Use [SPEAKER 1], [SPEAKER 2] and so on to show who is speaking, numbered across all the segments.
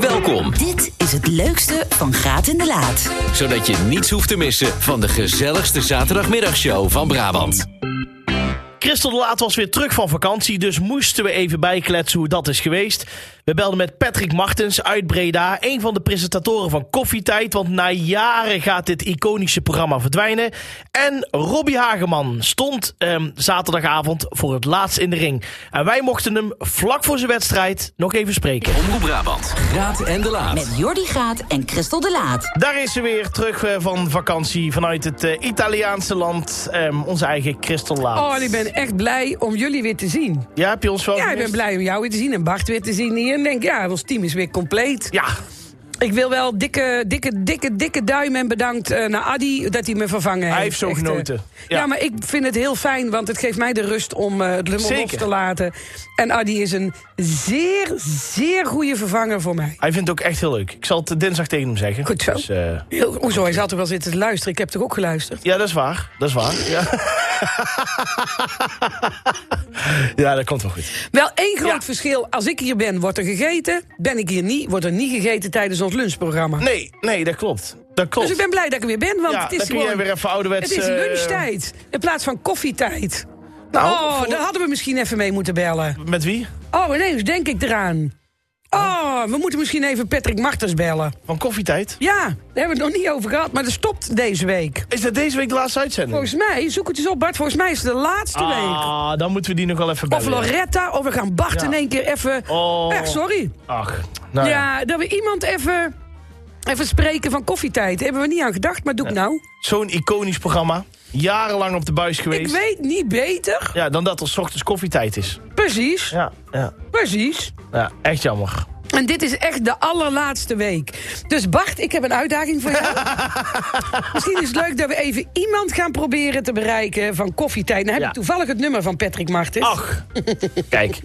[SPEAKER 1] Welkom,
[SPEAKER 2] Dit is het leukste van Graat in de Laat.
[SPEAKER 1] zodat je niets hoeft te missen van de gezelligste zaterdagmiddagshow van Brabant.
[SPEAKER 3] Christel de Laat was weer terug van vakantie, dus moesten we even bijkletsen hoe dat is geweest. We belden met Patrick Martens uit Breda, een van de presentatoren van Koffietijd, want na jaren gaat dit iconische programma verdwijnen. En Robbie Hageman stond ehm, zaterdagavond voor het laatst in de ring. En wij mochten hem vlak voor zijn wedstrijd nog even spreken.
[SPEAKER 1] Omroep Brabant, Graat en de Laat.
[SPEAKER 2] Met Jordi Graat en Christel de Laat.
[SPEAKER 3] Daar is ze weer terug eh, van vakantie vanuit het eh, Italiaanse land, ehm, onze eigen Christel de Laat.
[SPEAKER 4] Oh, en ik ben echt blij om jullie weer te zien.
[SPEAKER 3] Ja, heb je ons wel
[SPEAKER 4] Ja, ik
[SPEAKER 3] gemist?
[SPEAKER 4] ben blij om jou weer te zien en Bart weer te zien hier. En denk, ja, ons team is weer compleet.
[SPEAKER 3] Ja,
[SPEAKER 4] Ik wil wel dikke, dikke, dikke, dikke duim en bedankt eh, naar Adi dat hij me vervangen heeft.
[SPEAKER 3] heeft zo
[SPEAKER 4] Echt, eh,
[SPEAKER 3] genoten.
[SPEAKER 4] Ja.
[SPEAKER 3] Ja.
[SPEAKER 4] maar ik vind het heel fijn, want het geeft mij de rust om eh, het lummel los
[SPEAKER 3] Zeker.
[SPEAKER 4] te laten. En Adi is een zeer, zeer goede vervanger voor mij.
[SPEAKER 3] Hij vindt het ook echt heel leuk. Ik zal het dinsdag tegen hem zeggen.
[SPEAKER 4] Goed zo.
[SPEAKER 3] Dus, eh,
[SPEAKER 4] Heel- Hoezo, hij zat er wel zitten te luisteren. Ik heb toch ook geluisterd?
[SPEAKER 3] ja, dat is waar. Dat is waar. Ja. ja, dat komt wel goed.
[SPEAKER 4] Wel één groot
[SPEAKER 3] Ja.
[SPEAKER 4] verschil. Als ik hier ben, wordt er gegeten. Ben ik hier niet, wordt er niet gegeten tijdens ons lunchprogramma.
[SPEAKER 3] Nee, nee, dat klopt. Dat klopt.
[SPEAKER 4] Dus ik ben blij dat ik er weer ben, want
[SPEAKER 3] ja,
[SPEAKER 4] het is
[SPEAKER 3] dan kun
[SPEAKER 4] gewoon...
[SPEAKER 3] jij weer even ouderwets...
[SPEAKER 4] Het is
[SPEAKER 3] eh,
[SPEAKER 4] lunchtijd in plaats van koffietijd.
[SPEAKER 3] Nou,
[SPEAKER 4] oh,
[SPEAKER 3] voor-
[SPEAKER 4] daar hadden we misschien even mee moeten bellen.
[SPEAKER 3] Met wie?
[SPEAKER 4] Oh, ineens denk ik eraan. Oh, we moeten misschien even Patrick Martens bellen.
[SPEAKER 3] Van koffietijd?
[SPEAKER 4] Ja, daar hebben we het nog niet over gehad, maar dat stopt deze week.
[SPEAKER 3] Is dat deze week de laatste uitzending?
[SPEAKER 4] Volgens mij, zoek het eens op Bart, volgens mij is het de laatste week.
[SPEAKER 3] Ah, dan moeten we die nog wel even
[SPEAKER 4] Of
[SPEAKER 3] bellen.
[SPEAKER 4] Loretta, of we gaan Bart
[SPEAKER 3] Ja.
[SPEAKER 4] in één keer even...
[SPEAKER 3] Oh.
[SPEAKER 4] Echt, sorry.
[SPEAKER 3] Ach, nou ja.
[SPEAKER 4] Ja, dat we iemand even, even spreken van koffietijd. Daar hebben we niet aan gedacht, maar doe ik nou.
[SPEAKER 3] Zo'n iconisch programma. Jarenlang op de buis
[SPEAKER 4] Ik
[SPEAKER 3] geweest.
[SPEAKER 4] weet niet beter.
[SPEAKER 3] Ja, dan dat er 's ochtends koffietijd is.
[SPEAKER 4] Precies,
[SPEAKER 3] Ja, ja.
[SPEAKER 4] precies.
[SPEAKER 3] ja echt jammer.
[SPEAKER 4] En dit is echt de allerlaatste week. Dus Bart, ik heb een uitdaging voor jou. Misschien is het leuk dat we even iemand gaan proberen te bereiken van koffietijd. Nou heb
[SPEAKER 3] Ja.
[SPEAKER 4] ik toevallig het nummer van Patrick Martens.
[SPEAKER 3] Ach, kijk.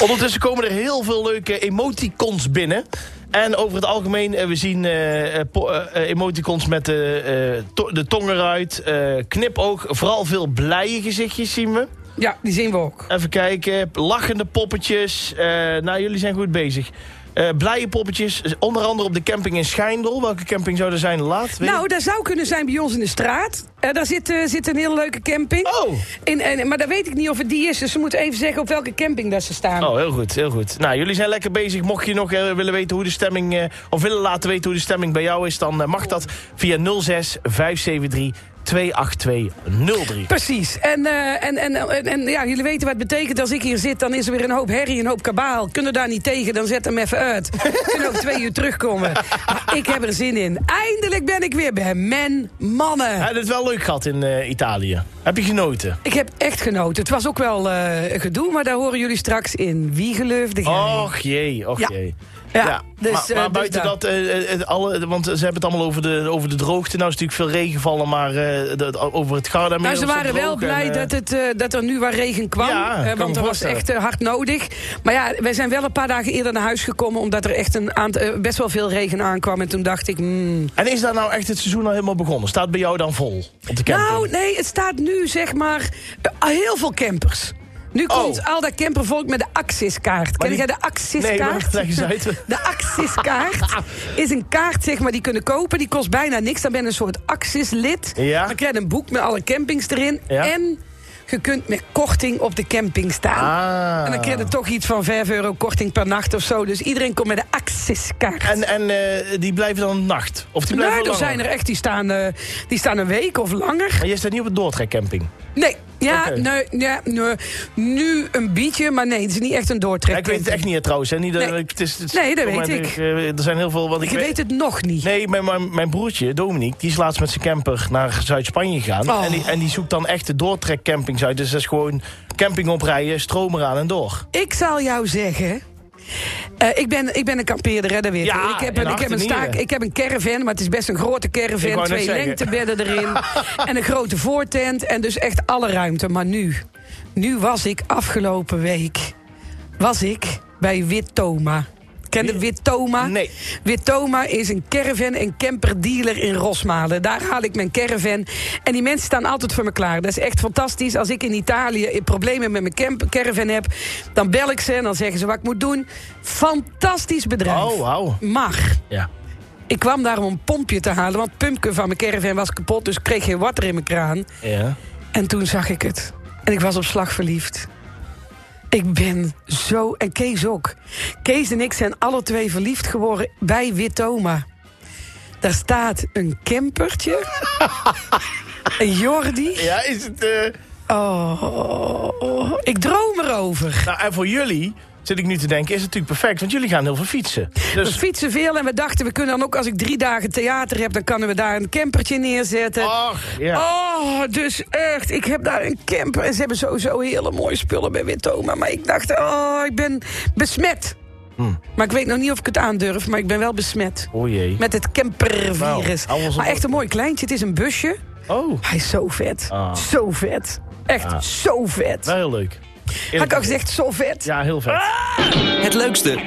[SPEAKER 3] Ondertussen komen er heel veel leuke emoticons binnen. En over het algemeen, eh, we zien eh, eh, po- eh, eh, emoticons met de, eh, to- de tong eruit. eh, knipoog, vooral veel blije gezichtjes zien we.
[SPEAKER 4] Ja, die zien we ook.
[SPEAKER 3] Even kijken, lachende poppetjes. Eh, nou, jullie zijn goed bezig. Eh, blije poppetjes, eh, onder andere op de camping in Schijndel. Welke camping zou er zijn laat? Weet
[SPEAKER 4] Nou,
[SPEAKER 3] ik-
[SPEAKER 4] dat zou kunnen zijn bij ons in de straat. Eh, daar zit, eh, zit een hele leuke camping.
[SPEAKER 3] Oh.
[SPEAKER 4] In, en- maar dat weet ik niet of het die is. Dus ze moeten even zeggen op welke camping dat ze staan.
[SPEAKER 3] Oh, heel goed, heel goed. Nou, jullie zijn lekker bezig. Mocht je nog eh, willen weten hoe de stemming, eh, of willen laten weten hoe de stemming bij jou is, dan eh, mag dat via 06 573 28203.
[SPEAKER 4] Precies. En, eh, en, en, en, en ja, jullie weten wat het betekent. Als ik hier zit, dan is er weer een hoop herrie, een hoop kabaal. Kunnen daar niet tegen, dan zet hem even uit. Kunnen ook twee uur terugkomen. Maar ik heb er zin in. Eindelijk ben ik weer bij Men
[SPEAKER 3] Ja,
[SPEAKER 4] Mannen.
[SPEAKER 3] dat is wel leuk gehad in eh, Italië. Heb je genoten?
[SPEAKER 4] Ik heb echt genoten. Het was ook wel eh, gedoe, maar daar horen jullie straks in. Wie geloofde jij?
[SPEAKER 3] Och jee, och
[SPEAKER 4] Ja.
[SPEAKER 3] jee.
[SPEAKER 4] Ja, dus,
[SPEAKER 3] maar,
[SPEAKER 4] eh,
[SPEAKER 3] maar
[SPEAKER 4] dus
[SPEAKER 3] buiten
[SPEAKER 4] dat.
[SPEAKER 3] dat, eh, eh, alle, want ze hebben het allemaal over de, over de droogte. Nou is natuurlijk veel regen vallen, maar eh, dat- over het Garda.
[SPEAKER 4] Nou, ze waren wel blij dat, het, eh, dat er nu waar regen kwam.
[SPEAKER 3] Ja,
[SPEAKER 4] eh,
[SPEAKER 3] kan me
[SPEAKER 4] want dat was
[SPEAKER 3] voorstellen.
[SPEAKER 4] echt eh, hard nodig. Maar ja, wij zijn wel een paar dagen eerder naar huis gekomen... omdat er echt een aant- eh, best wel veel regen aankwam. En toen dacht ik... hmm,
[SPEAKER 3] En is daar nou echt het seizoen al helemaal begonnen? Staat bij jou dan vol op de camping?
[SPEAKER 4] Nou, nee, het staat nu zeg maar eh, heel veel campers. Nu komt al dat campervolk met de Axis-kaart. Ken
[SPEAKER 3] Oh. die-
[SPEAKER 4] jij de
[SPEAKER 3] nee, maar
[SPEAKER 4] Axis-kaart?
[SPEAKER 3] leg eens uit.
[SPEAKER 4] de Axis-kaart is een kaart zeg maar, die kunnen kopen. Die kost bijna niks. Dan ben je een soort Axis-lid.
[SPEAKER 3] Ja.
[SPEAKER 4] Dan krijg je een boek met alle campings erin.
[SPEAKER 3] Ja.
[SPEAKER 4] En je kunt met korting op de camping staan.
[SPEAKER 3] Ah.
[SPEAKER 4] En dan krijg je toch iets van 5 euro korting per nacht of zo. Dus iedereen komt met de Axis-kaart.
[SPEAKER 3] En, en eh, die blijven dan een nacht? Of die blijven
[SPEAKER 4] Nee, Nou, er
[SPEAKER 3] langer?
[SPEAKER 4] zijn er echt, die staan, eh, die staan een week of langer.
[SPEAKER 3] Maar jij staat niet op het doortrekcamping.
[SPEAKER 4] Nee, ja,
[SPEAKER 3] Oké.
[SPEAKER 4] nee, ja, nee. Nu een biertje, maar nee, het is niet echt een
[SPEAKER 3] Ja,
[SPEAKER 4] doortrek.
[SPEAKER 3] ik weet het echt niet hè, trouwens. Hè. Niet, dat-
[SPEAKER 4] Nee.
[SPEAKER 3] het is, het is-
[SPEAKER 4] Nee, dat
[SPEAKER 3] voor
[SPEAKER 4] weet
[SPEAKER 3] mij,
[SPEAKER 4] ik.
[SPEAKER 3] eh, Er zijn heel veel... Want ik
[SPEAKER 4] Je weet het nog niet.
[SPEAKER 3] Nee, mijn, mijn, mijn broertje, Dominique, die is laatst met zijn camper naar Zuid-Spanje gegaan.
[SPEAKER 4] Oh.
[SPEAKER 3] En, die, en die zoekt dan echt de doortrekcampings uit. Dus dat is gewoon camping oprijden, stroom eraan en door.
[SPEAKER 4] Ik zal jou zeggen... eh, ik, ben, ik ben een kampeerder, hè, dat weet je.
[SPEAKER 3] Ja,
[SPEAKER 4] ik,
[SPEAKER 3] in
[SPEAKER 4] heb een, ik,
[SPEAKER 3] hart
[SPEAKER 4] heb
[SPEAKER 3] en
[SPEAKER 4] een staak,
[SPEAKER 3] nieren.
[SPEAKER 4] ik heb een caravan, maar het is best een grote
[SPEAKER 3] Ik
[SPEAKER 4] caravan.
[SPEAKER 3] wou net
[SPEAKER 4] Twee
[SPEAKER 3] zeggen.
[SPEAKER 4] lengtebedden erin. en een grote voortent. En dus echt alle ruimte. Maar nu, nu was ik afgelopen week... was ik bij Wit Thoma. Kende Wittoma?
[SPEAKER 3] Nee.
[SPEAKER 4] Wittoma is een caravan- en camperdealer in Rosmalen. Daar haal ik mijn caravan. En die mensen staan altijd voor me klaar. Dat is echt fantastisch. Als ik in Italië problemen met mijn camp- caravan heb... dan bel ik ze en dan zeggen ze wat ik moet doen. Fantastisch bedrijf.
[SPEAKER 3] Oh, wauw.
[SPEAKER 4] Mag.
[SPEAKER 3] Ja.
[SPEAKER 4] Ik kwam daar om een pompje te halen, want het pumpje van mijn caravan was kapot, dus ik kreeg geen water in mijn kraan.
[SPEAKER 3] ja.
[SPEAKER 4] En toen zag ik het. En ik was op slag verliefd. Ik ben zo... En Kees ook. Kees en ik zijn alle twee verliefd geworden bij Wittoma. Daar staat een campertje. een Jordi.
[SPEAKER 3] Ja, is het... eh,
[SPEAKER 4] Oh, oh, oh. ik droom erover.
[SPEAKER 3] Nou, en voor jullie zit ik nu te denken, is het natuurlijk perfect, want jullie gaan heel veel fietsen.
[SPEAKER 4] We
[SPEAKER 3] Dus,
[SPEAKER 4] fietsen veel en we dachten, we kunnen dan ook als ik drie dagen theater heb... dan kunnen we daar een campertje neerzetten.
[SPEAKER 3] ach, ja.
[SPEAKER 4] Oh, dus echt. Ik heb daar een camper. En ze hebben sowieso hele mooie spullen bij Wittoma. Maar ik dacht, oh, ik ben besmet.
[SPEAKER 3] Hm.
[SPEAKER 4] Maar ik weet nog niet of ik het aandurf, maar ik ben wel besmet.
[SPEAKER 3] O jee.
[SPEAKER 4] Met het campervirus.
[SPEAKER 3] Nou, hou ons op-
[SPEAKER 4] maar echt een mooi kleintje. Het is een busje.
[SPEAKER 3] Oh,
[SPEAKER 4] Hij is zo vet.
[SPEAKER 3] Ah.
[SPEAKER 4] Zo vet. Echt zo vet.
[SPEAKER 3] wel heel leuk.
[SPEAKER 4] Had ik Ah! al gezegd, zo vet.
[SPEAKER 3] Ja, heel vet.
[SPEAKER 1] Het leukste,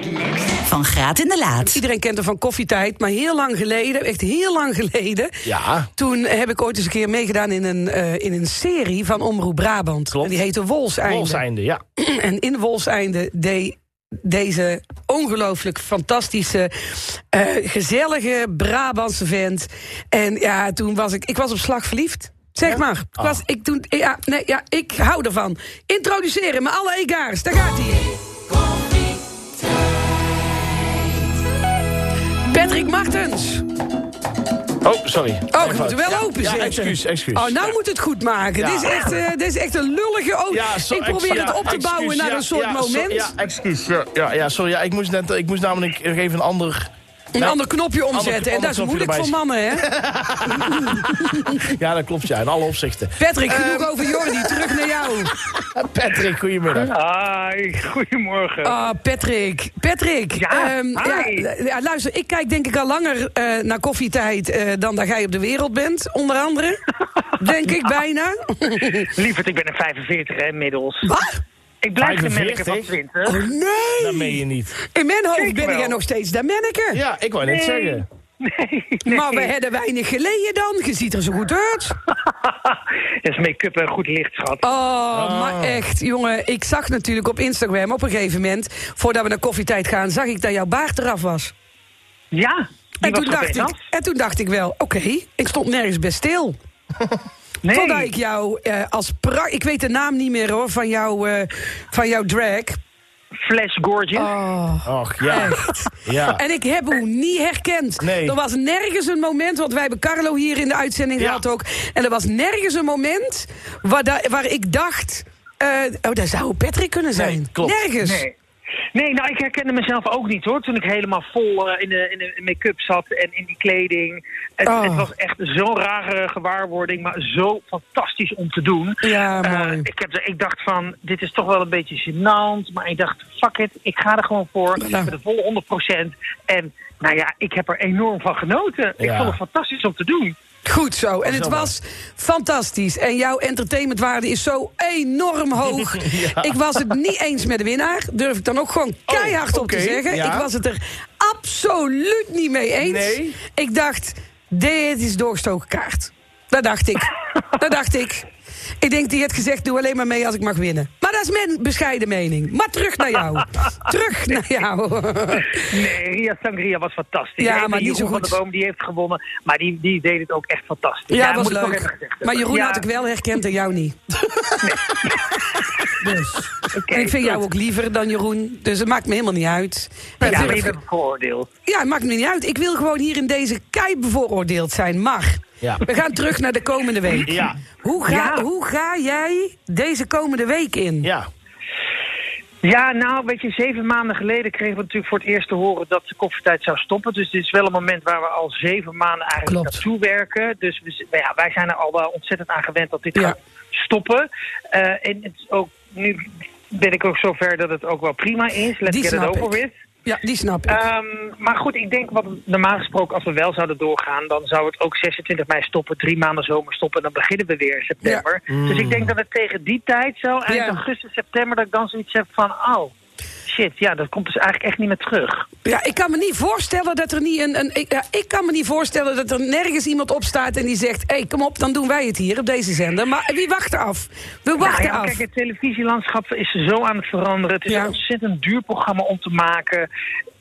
[SPEAKER 2] Van Graat in de Laat.
[SPEAKER 4] Iedereen kent hem van koffietijd, maar heel lang geleden, echt heel lang geleden...
[SPEAKER 3] Ja.
[SPEAKER 4] toen heb ik ooit eens een keer meegedaan in een, eh, in een serie van Omroep Brabant.
[SPEAKER 3] Klopt.
[SPEAKER 4] En die heette Wolseinde.
[SPEAKER 3] Volseinde, ja.
[SPEAKER 4] En in Wolseinde deed deze ongelooflijk fantastische, eh, gezellige Brabantse vent. En ja, toen was ik, ik was op slag verliefd. Zeg maar. Ik, was,
[SPEAKER 3] Ah.
[SPEAKER 4] ik, toen, ja, nee, ja, ik hou ervan. Introduceren met alle egaars. Daar gaat hij. Patrick Martens.
[SPEAKER 3] Oh, sorry.
[SPEAKER 4] Oh, je moet er wel open
[SPEAKER 3] Ja,
[SPEAKER 4] zeg.
[SPEAKER 3] excuus, excuus.
[SPEAKER 4] Oh, nou moet het goed maken.
[SPEAKER 3] Ja.
[SPEAKER 4] Dit, is echt, eh, dit is echt een lullige auto.
[SPEAKER 3] Ja, so-
[SPEAKER 4] ik probeer
[SPEAKER 3] ex-
[SPEAKER 4] het
[SPEAKER 3] ja,
[SPEAKER 4] op te
[SPEAKER 3] excuus,
[SPEAKER 4] bouwen naar
[SPEAKER 3] ja,
[SPEAKER 4] een soort
[SPEAKER 3] ja, so-
[SPEAKER 4] moment.
[SPEAKER 3] ja, excuus. Ja, ja, ja, sorry. Ja, ik, moest net, ik moest namelijk nog even een ander...
[SPEAKER 4] een ander knopje omzetten.
[SPEAKER 3] ander
[SPEAKER 4] en dat is
[SPEAKER 3] knopje
[SPEAKER 4] moeilijk
[SPEAKER 3] erbij.
[SPEAKER 4] voor mannen, hè?
[SPEAKER 3] Ja, dat klopt, ja. In alle opzichten. Eh,
[SPEAKER 4] Patrick, genoeg over Jordi. Terug naar jou.
[SPEAKER 3] Patrick, goedemiddag.
[SPEAKER 5] Hi, goedemorgen.
[SPEAKER 4] Ah, Patrick. Patrick.
[SPEAKER 5] Ja,
[SPEAKER 4] ehm,
[SPEAKER 5] hi.
[SPEAKER 4] ja, ja, luister, ik kijk denk ik al langer eh, naar koffietijd eh, dan dat jij op de wereld bent, onder andere. denk ik bijna.
[SPEAKER 5] Lieverd, ik ben een 45 hè, inmiddels.
[SPEAKER 4] Wat?
[SPEAKER 5] Ik blijf de merken
[SPEAKER 3] 45?
[SPEAKER 5] van 20.
[SPEAKER 4] Oh,
[SPEAKER 3] Dat
[SPEAKER 4] nee.
[SPEAKER 3] meen je niet.
[SPEAKER 4] In mijn hoofd
[SPEAKER 5] Ik
[SPEAKER 4] ben
[SPEAKER 5] wel.
[SPEAKER 4] jij nog steeds de manneke.
[SPEAKER 3] Ja, ik wou net zeggen.
[SPEAKER 5] Nee,
[SPEAKER 4] Maar we
[SPEAKER 5] nee.
[SPEAKER 4] hebben weinig geleden dan. Je ziet er zo goed uit.
[SPEAKER 5] Dat is make-up en goed licht, schat.
[SPEAKER 4] Oh,
[SPEAKER 3] Ah.
[SPEAKER 4] maar echt, jongen. Ik zag natuurlijk op Instagram op een gegeven moment... voordat we naar koffietijd gaan, zag ik dat jouw baard eraf was.
[SPEAKER 5] Ja, die
[SPEAKER 4] En toen,
[SPEAKER 5] was
[SPEAKER 4] dacht
[SPEAKER 5] meteen
[SPEAKER 4] ik,
[SPEAKER 5] af.
[SPEAKER 4] en toen dacht ik wel, oké, ik stond nergens bij stil.
[SPEAKER 5] Nee.
[SPEAKER 4] Totdat ik jou eh, als pra... Ik weet de naam niet meer hoor, van, jou, eh, van jouw drag.
[SPEAKER 5] Flash Gorgeous.
[SPEAKER 4] Oh,
[SPEAKER 3] Och, ja. Ja.
[SPEAKER 4] En ik heb hem niet herkend.
[SPEAKER 3] Nee.
[SPEAKER 4] Er was nergens een moment, want wij hebben Carlo hier in de uitzending
[SPEAKER 3] Ja.
[SPEAKER 4] gehad ook. En er was nergens een moment waar, da- waar ik dacht... eh, oh, dat zou Patrick kunnen zijn.
[SPEAKER 3] Nee, klopt.
[SPEAKER 4] Nergens.
[SPEAKER 5] Nee. Nee, nou, ik herkende mezelf ook niet, hoor. Toen ik helemaal vol eh, in de, in de make-up zat en in die kleding. Het,
[SPEAKER 4] Oh.
[SPEAKER 5] het was echt zo'n rare gewaarwording, maar zo fantastisch om te doen.
[SPEAKER 4] Ja,
[SPEAKER 5] Eh,
[SPEAKER 4] Ah, mooi.
[SPEAKER 5] ik, heb, er- ik dacht van, dit is toch wel een beetje gênant. Maar ik dacht, fuck it, ik ga er gewoon voor.
[SPEAKER 4] Ja.
[SPEAKER 5] Met de volle 100%. En nou ja, ik heb er enorm van genoten. Ik
[SPEAKER 3] Ja.
[SPEAKER 5] vond het fantastisch om te doen.
[SPEAKER 4] Goed zo. En het
[SPEAKER 3] wel
[SPEAKER 4] was fantastisch. En jouw entertainmentwaarde is zo enorm hoog. Ik was het niet eens met de winnaar. Durf ik dan ook gewoon keihard op te
[SPEAKER 3] oké,
[SPEAKER 4] zeggen.
[SPEAKER 3] ja.
[SPEAKER 4] Ik was het er absoluut niet mee eens.
[SPEAKER 3] Nee.
[SPEAKER 4] Ik dacht, dit is doorgestoken kaart. Dat dacht ik. dat dacht ik. Ik denk, die heeft gezegd, doe alleen maar mee als ik mag winnen. Maar dat is mijn bescheiden mening. Maar terug naar jou. terug naar jou.
[SPEAKER 5] Nee, Eh, Ria Sangria was fantastisch.
[SPEAKER 4] Ja,
[SPEAKER 5] En
[SPEAKER 4] maar niet
[SPEAKER 5] Jeroen
[SPEAKER 4] zo
[SPEAKER 5] van
[SPEAKER 4] goed.
[SPEAKER 5] der Boom, die heeft gewonnen. Maar die, die deed het ook echt fantastisch.
[SPEAKER 4] ja,
[SPEAKER 5] dat
[SPEAKER 4] was
[SPEAKER 5] moet ik toch even
[SPEAKER 4] leuk.
[SPEAKER 5] gezegd hebben.
[SPEAKER 4] Maar Jeroen
[SPEAKER 5] Ja,
[SPEAKER 4] had ik wel herkend en jou niet.
[SPEAKER 5] oké,
[SPEAKER 4] En ik vind jou
[SPEAKER 5] goed.
[SPEAKER 4] ook liever dan Jeroen, dus het maakt me helemaal niet uit. En
[SPEAKER 5] Ja, maar
[SPEAKER 4] verder-
[SPEAKER 5] je bent bevoordeeld.
[SPEAKER 4] ja, het maakt me niet uit. Ik wil gewoon hier in deze kei bevooroordeeld zijn. Mag.
[SPEAKER 3] Ja.
[SPEAKER 4] We gaan terug naar de komende week.
[SPEAKER 3] Ja.
[SPEAKER 4] Hoe, ga,
[SPEAKER 5] Ja.
[SPEAKER 4] hoe ga jij deze komende week in?
[SPEAKER 3] Ja.
[SPEAKER 5] Ja, nou, weet je, zeven maanden geleden kregen we natuurlijk voor het eerst te horen dat de koffietijd zou stoppen. Dus dit is wel een moment waar we al zeven maanden eigenlijk
[SPEAKER 4] Klopt.
[SPEAKER 5] naartoe werken. Dus we, z- nou ja, wij zijn er al wel ontzettend aan gewend dat dit
[SPEAKER 4] Ja.
[SPEAKER 5] gaat stoppen. Eh, en het is ook, nu ben ik ook zover dat het ook wel prima is. Let's
[SPEAKER 4] Die
[SPEAKER 5] get it
[SPEAKER 4] snap
[SPEAKER 5] over
[SPEAKER 4] ik.
[SPEAKER 5] with.
[SPEAKER 4] Ja, die snap ik.
[SPEAKER 5] Ehm, maar goed, ik denk wat normaal gesproken, als we wel zouden doorgaan, dan zou het ook 26 mei stoppen, drie maanden zomer stoppen, en dan beginnen we weer in september. Dus ik denk dat het tegen die tijd zo, eind
[SPEAKER 4] Mm. Ja.
[SPEAKER 5] augustus, september, dat ik dan zoiets heb van, oh, shit, shit, ja, dat komt dus eigenlijk echt niet meer terug.
[SPEAKER 4] Ja, ik kan me niet voorstellen dat er niet een. een ik, ja, ik kan me niet voorstellen dat er nergens iemand opstaat en die zegt. Hé, hey, kom op, dan doen wij het hier op deze zender. Maar wie wacht af? We wachten
[SPEAKER 5] Nou ja,
[SPEAKER 4] af.
[SPEAKER 5] Kijk, het televisielandschap is zo aan het veranderen. Het is
[SPEAKER 4] Ja.
[SPEAKER 5] een ontzettend duur programma om te maken.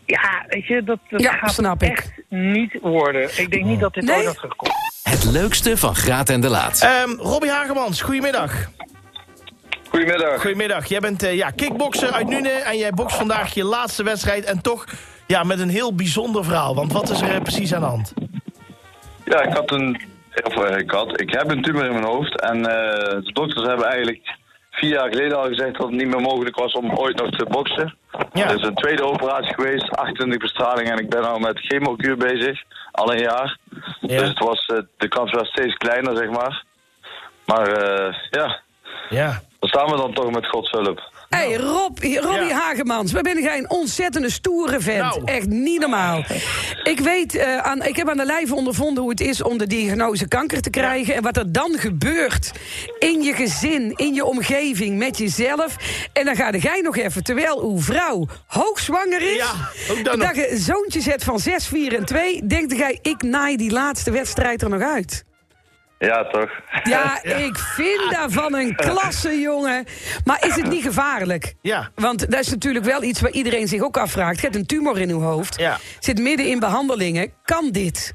[SPEAKER 5] Ja, weet je, dat, dat
[SPEAKER 4] Ja,
[SPEAKER 5] gaat het
[SPEAKER 4] snap ik. Oh.
[SPEAKER 5] echt niet worden. Ik denk niet dat dit
[SPEAKER 4] Nee?
[SPEAKER 5] ooit nog terugkomt.
[SPEAKER 1] Het leukste van Graat en de Laat.
[SPEAKER 3] Ehm Robbie Hagemans, goedemiddag.
[SPEAKER 6] Goedemiddag.
[SPEAKER 3] Goedemiddag. Jij bent eh, ja, kickbokser uit Nuenen en jij bokst vandaag je laatste wedstrijd. En toch ja, met een heel bijzonder verhaal. Want wat is er eh, precies aan de hand?
[SPEAKER 6] Ja, ik had een. Of eh, ik had. Ik heb een tumor in mijn hoofd. En eh, de dokters hebben eigenlijk vier jaar geleden al gezegd dat het niet meer mogelijk was om ooit nog te boksen.
[SPEAKER 3] Ja.
[SPEAKER 6] Er is een tweede operatie geweest, 28 bestralingen. En ik ben al met chemokuur bezig, al een jaar.
[SPEAKER 3] Ja.
[SPEAKER 6] Dus het was, eh, de kans was steeds kleiner, zeg maar. Maar eh, ja,
[SPEAKER 3] Ja.
[SPEAKER 6] daar staan we dan toch met Gods hulp.
[SPEAKER 4] Hé, hey, Rob, Robbie
[SPEAKER 3] Nou. Ja.
[SPEAKER 4] Hagemans, we zijn een ontzettende stoere vent.
[SPEAKER 3] Nou. Oh.
[SPEAKER 4] Echt niet normaal. Ik weet, eh, aan, ik heb aan de lijve ondervonden hoe het is om de diagnose kanker te krijgen. En wat er dan gebeurt in je gezin, in je omgeving, met jezelf. En dan ga jij nog even, terwijl uw vrouw hoogzwanger is.
[SPEAKER 3] Ja, ook dan nog.
[SPEAKER 4] dat je zoontje zet van 6, 4 en 2. Denkt jij, ik naai die laatste wedstrijd er nog uit.
[SPEAKER 6] Ja, toch?
[SPEAKER 4] Ja, ik vind daarvan een klasse, jongen. Maar is het niet gevaarlijk?
[SPEAKER 3] Ja.
[SPEAKER 4] Want dat is natuurlijk wel iets waar iedereen zich ook afvraagt. Je hebt een tumor in uw hoofd.
[SPEAKER 3] Ja.
[SPEAKER 4] Zit midden in behandelingen. Kan dit?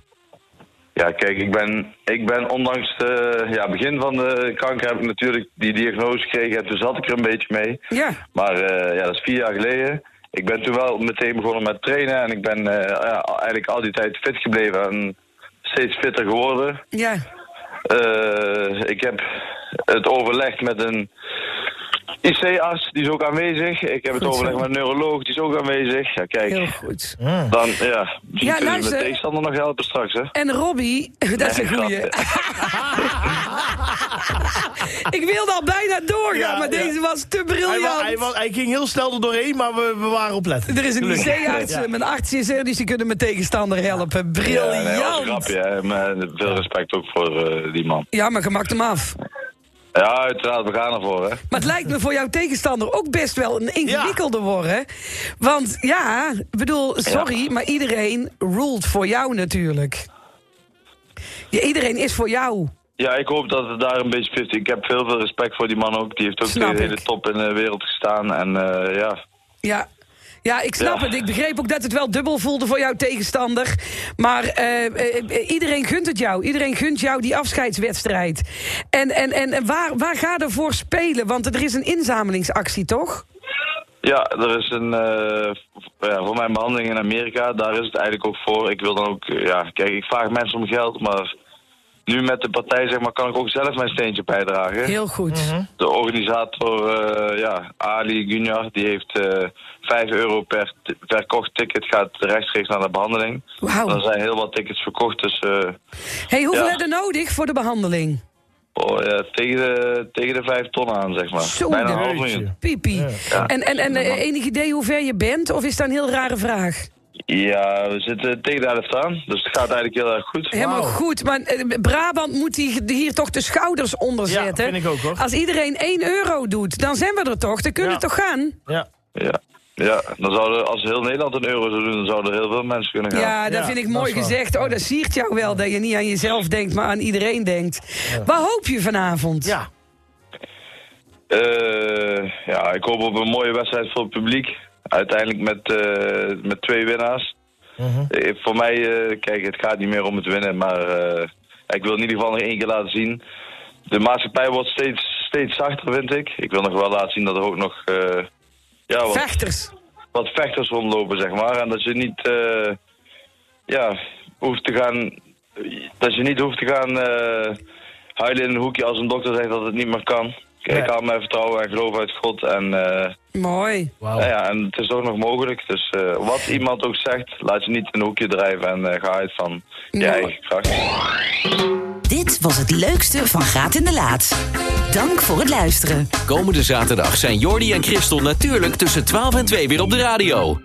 [SPEAKER 6] Ja, kijk, ik ben, ik ben ondanks het ja, begin van de kanker heb ik natuurlijk die diagnose gekregen. En toen zat ik er een beetje mee.
[SPEAKER 4] Ja.
[SPEAKER 6] Maar eh, ja, dat is vier jaar geleden. Ik ben toen wel meteen begonnen met trainen. En ik ben eh, ja, eigenlijk al die tijd fit gebleven. En steeds fitter geworden.
[SPEAKER 4] Ja.
[SPEAKER 6] Eh, ik heb het overlegd met een IC-arts, die is ook aanwezig. Ik heb het
[SPEAKER 4] Goed zo.
[SPEAKER 6] overlegd met een neuroloog, die is ook aanwezig. Ja, kijk,
[SPEAKER 4] Heel goed.
[SPEAKER 3] Hm.
[SPEAKER 6] dan ja, misschien
[SPEAKER 4] Ja,
[SPEAKER 6] kunnen we
[SPEAKER 4] luister.
[SPEAKER 6] de tegenstander nog helpen straks, hè?
[SPEAKER 4] En Robbie, dat is een goeie. ik wilde al bijna doorgaan,
[SPEAKER 3] Ja,
[SPEAKER 4] maar
[SPEAKER 3] ja.
[SPEAKER 4] deze was te
[SPEAKER 3] Hij,
[SPEAKER 4] briljant.
[SPEAKER 3] wa- hij, wa- hij ging heel snel er doorheen, maar we, we waren opletten.
[SPEAKER 4] er is een IC-arts,
[SPEAKER 3] Ja.
[SPEAKER 4] mijn arts is er, dus die kunnen mijn tegenstander helpen. Briljant.
[SPEAKER 6] Ja, nee, dat was een grapje, hè. Maar veel respect ook voor eh, die man.
[SPEAKER 4] ja, maar je maakt hem af.
[SPEAKER 6] Ja, uiteraard, we gaan ervoor, hè.
[SPEAKER 4] Maar het lijkt me voor jouw tegenstander ook best wel een ingewikkelde worden. Want ja, ik bedoel, sorry, maar iedereen ruled voor jou natuurlijk. Ja, iedereen is voor jou.
[SPEAKER 6] Ja, ik hoop dat het daar een beetje 50. Ik heb veel, veel respect voor die man ook. Die heeft ook
[SPEAKER 4] Snap
[SPEAKER 6] tegen de
[SPEAKER 4] ik.
[SPEAKER 6] hele top in de wereld gestaan. En eh, ja,
[SPEAKER 4] Ja. Ja, ik snap
[SPEAKER 6] Ja.
[SPEAKER 4] het. Ik begreep ook dat het wel dubbel voelde voor jouw tegenstander. Maar eh, eh, eh, iedereen gunt het jou. Iedereen gunt jou die afscheidswedstrijd. En, en, en en waar, waar ga je ervoor spelen? Want er is een inzamelingsactie, toch?
[SPEAKER 6] Ja, er is een. eh, v- ja, voor mijn behandeling in Amerika, daar is het eigenlijk ook voor. Ik wil dan ook. eh, Ja, kijk, ik vraag mensen om geld, maar. Nu met de partij, zeg maar, kan ik ook zelf mijn steentje bijdragen.
[SPEAKER 4] Heel goed.
[SPEAKER 6] De organisator, eh, ja, Ali Gunjar, die heeft eh 5 euro per t- verkocht ticket, gaat rechtstreeks naar de behandeling.
[SPEAKER 4] Wauw.
[SPEAKER 6] Er zijn heel wat tickets verkocht, dus eh,
[SPEAKER 4] Hey, hoeveel
[SPEAKER 6] Ja.
[SPEAKER 4] heb je nodig voor de behandeling?
[SPEAKER 6] oh, ja, tegen, de, tegen de 5 ton aan, zeg maar.
[SPEAKER 4] Zo,
[SPEAKER 6] Bijna een
[SPEAKER 4] de
[SPEAKER 6] half
[SPEAKER 3] jeetje.
[SPEAKER 6] miljoen.
[SPEAKER 4] Pipi. En, en, en eh, enig idee hoe ver je bent? Of is dat een heel rare vraag?
[SPEAKER 6] Ja, we zitten tegen de helft aan, dus het gaat eigenlijk heel erg goed.
[SPEAKER 4] Helemaal goed, maar eh, Brabant moet die- die hier toch de schouders onder
[SPEAKER 3] Ja,
[SPEAKER 4] zetten.
[SPEAKER 3] vind ik ook, hoor.
[SPEAKER 4] Als iedereen 1 euro doet, dan zijn we er toch? Dan kunnen
[SPEAKER 3] Ja.
[SPEAKER 4] we toch gaan?
[SPEAKER 3] Ja.
[SPEAKER 6] Ja. Ja, dan zouden, als heel Nederland een euro zou doen, dan zouden heel veel mensen kunnen
[SPEAKER 4] Ja,
[SPEAKER 6] gaan.
[SPEAKER 4] dat
[SPEAKER 3] Ja,
[SPEAKER 4] vind ik
[SPEAKER 3] dat
[SPEAKER 4] mooi
[SPEAKER 3] is waar.
[SPEAKER 4] gezegd. Oh, dat siert jou wel dat je niet aan jezelf denkt, maar aan iedereen denkt. Waar hoop je vanavond?
[SPEAKER 3] ja.
[SPEAKER 6] Eh, ja, ik hoop op een mooie wedstrijd voor het publiek. Uiteindelijk met, eh, met twee winnaars. Eh, voor mij, eh, kijk, het gaat niet meer om het winnen, maar eh, ik wil in ieder geval nog één keer laten zien. De maatschappij wordt steeds, steeds zachter, vind ik. Ik wil nog wel laten zien dat er ook nog eh, ja, wat,
[SPEAKER 4] Vechters.
[SPEAKER 6] wat vechters rondlopen, zeg maar. En dat je niet, eh, ja, hoeft te gaan, dat je niet hoeft te gaan eh, huilen in een hoekje als een dokter zegt dat het niet meer kan. Kijk,
[SPEAKER 3] Nee.
[SPEAKER 6] ik haal mijn vertrouwen en geloof uit God. En, eh,
[SPEAKER 4] Mooi.
[SPEAKER 3] Wauw.
[SPEAKER 6] nou ja, en het is ook nog mogelijk. Dus eh, wat iemand ook zegt, laat je niet in een hoekje drijven en eh, ga uit van je
[SPEAKER 4] Ja.
[SPEAKER 6] eigen kracht.
[SPEAKER 2] Dit was het leukste van Graat in de Laat. Dank voor het luisteren.
[SPEAKER 1] Komende zaterdag zijn Jordi en Christel natuurlijk tussen 12 en 2 weer op de radio.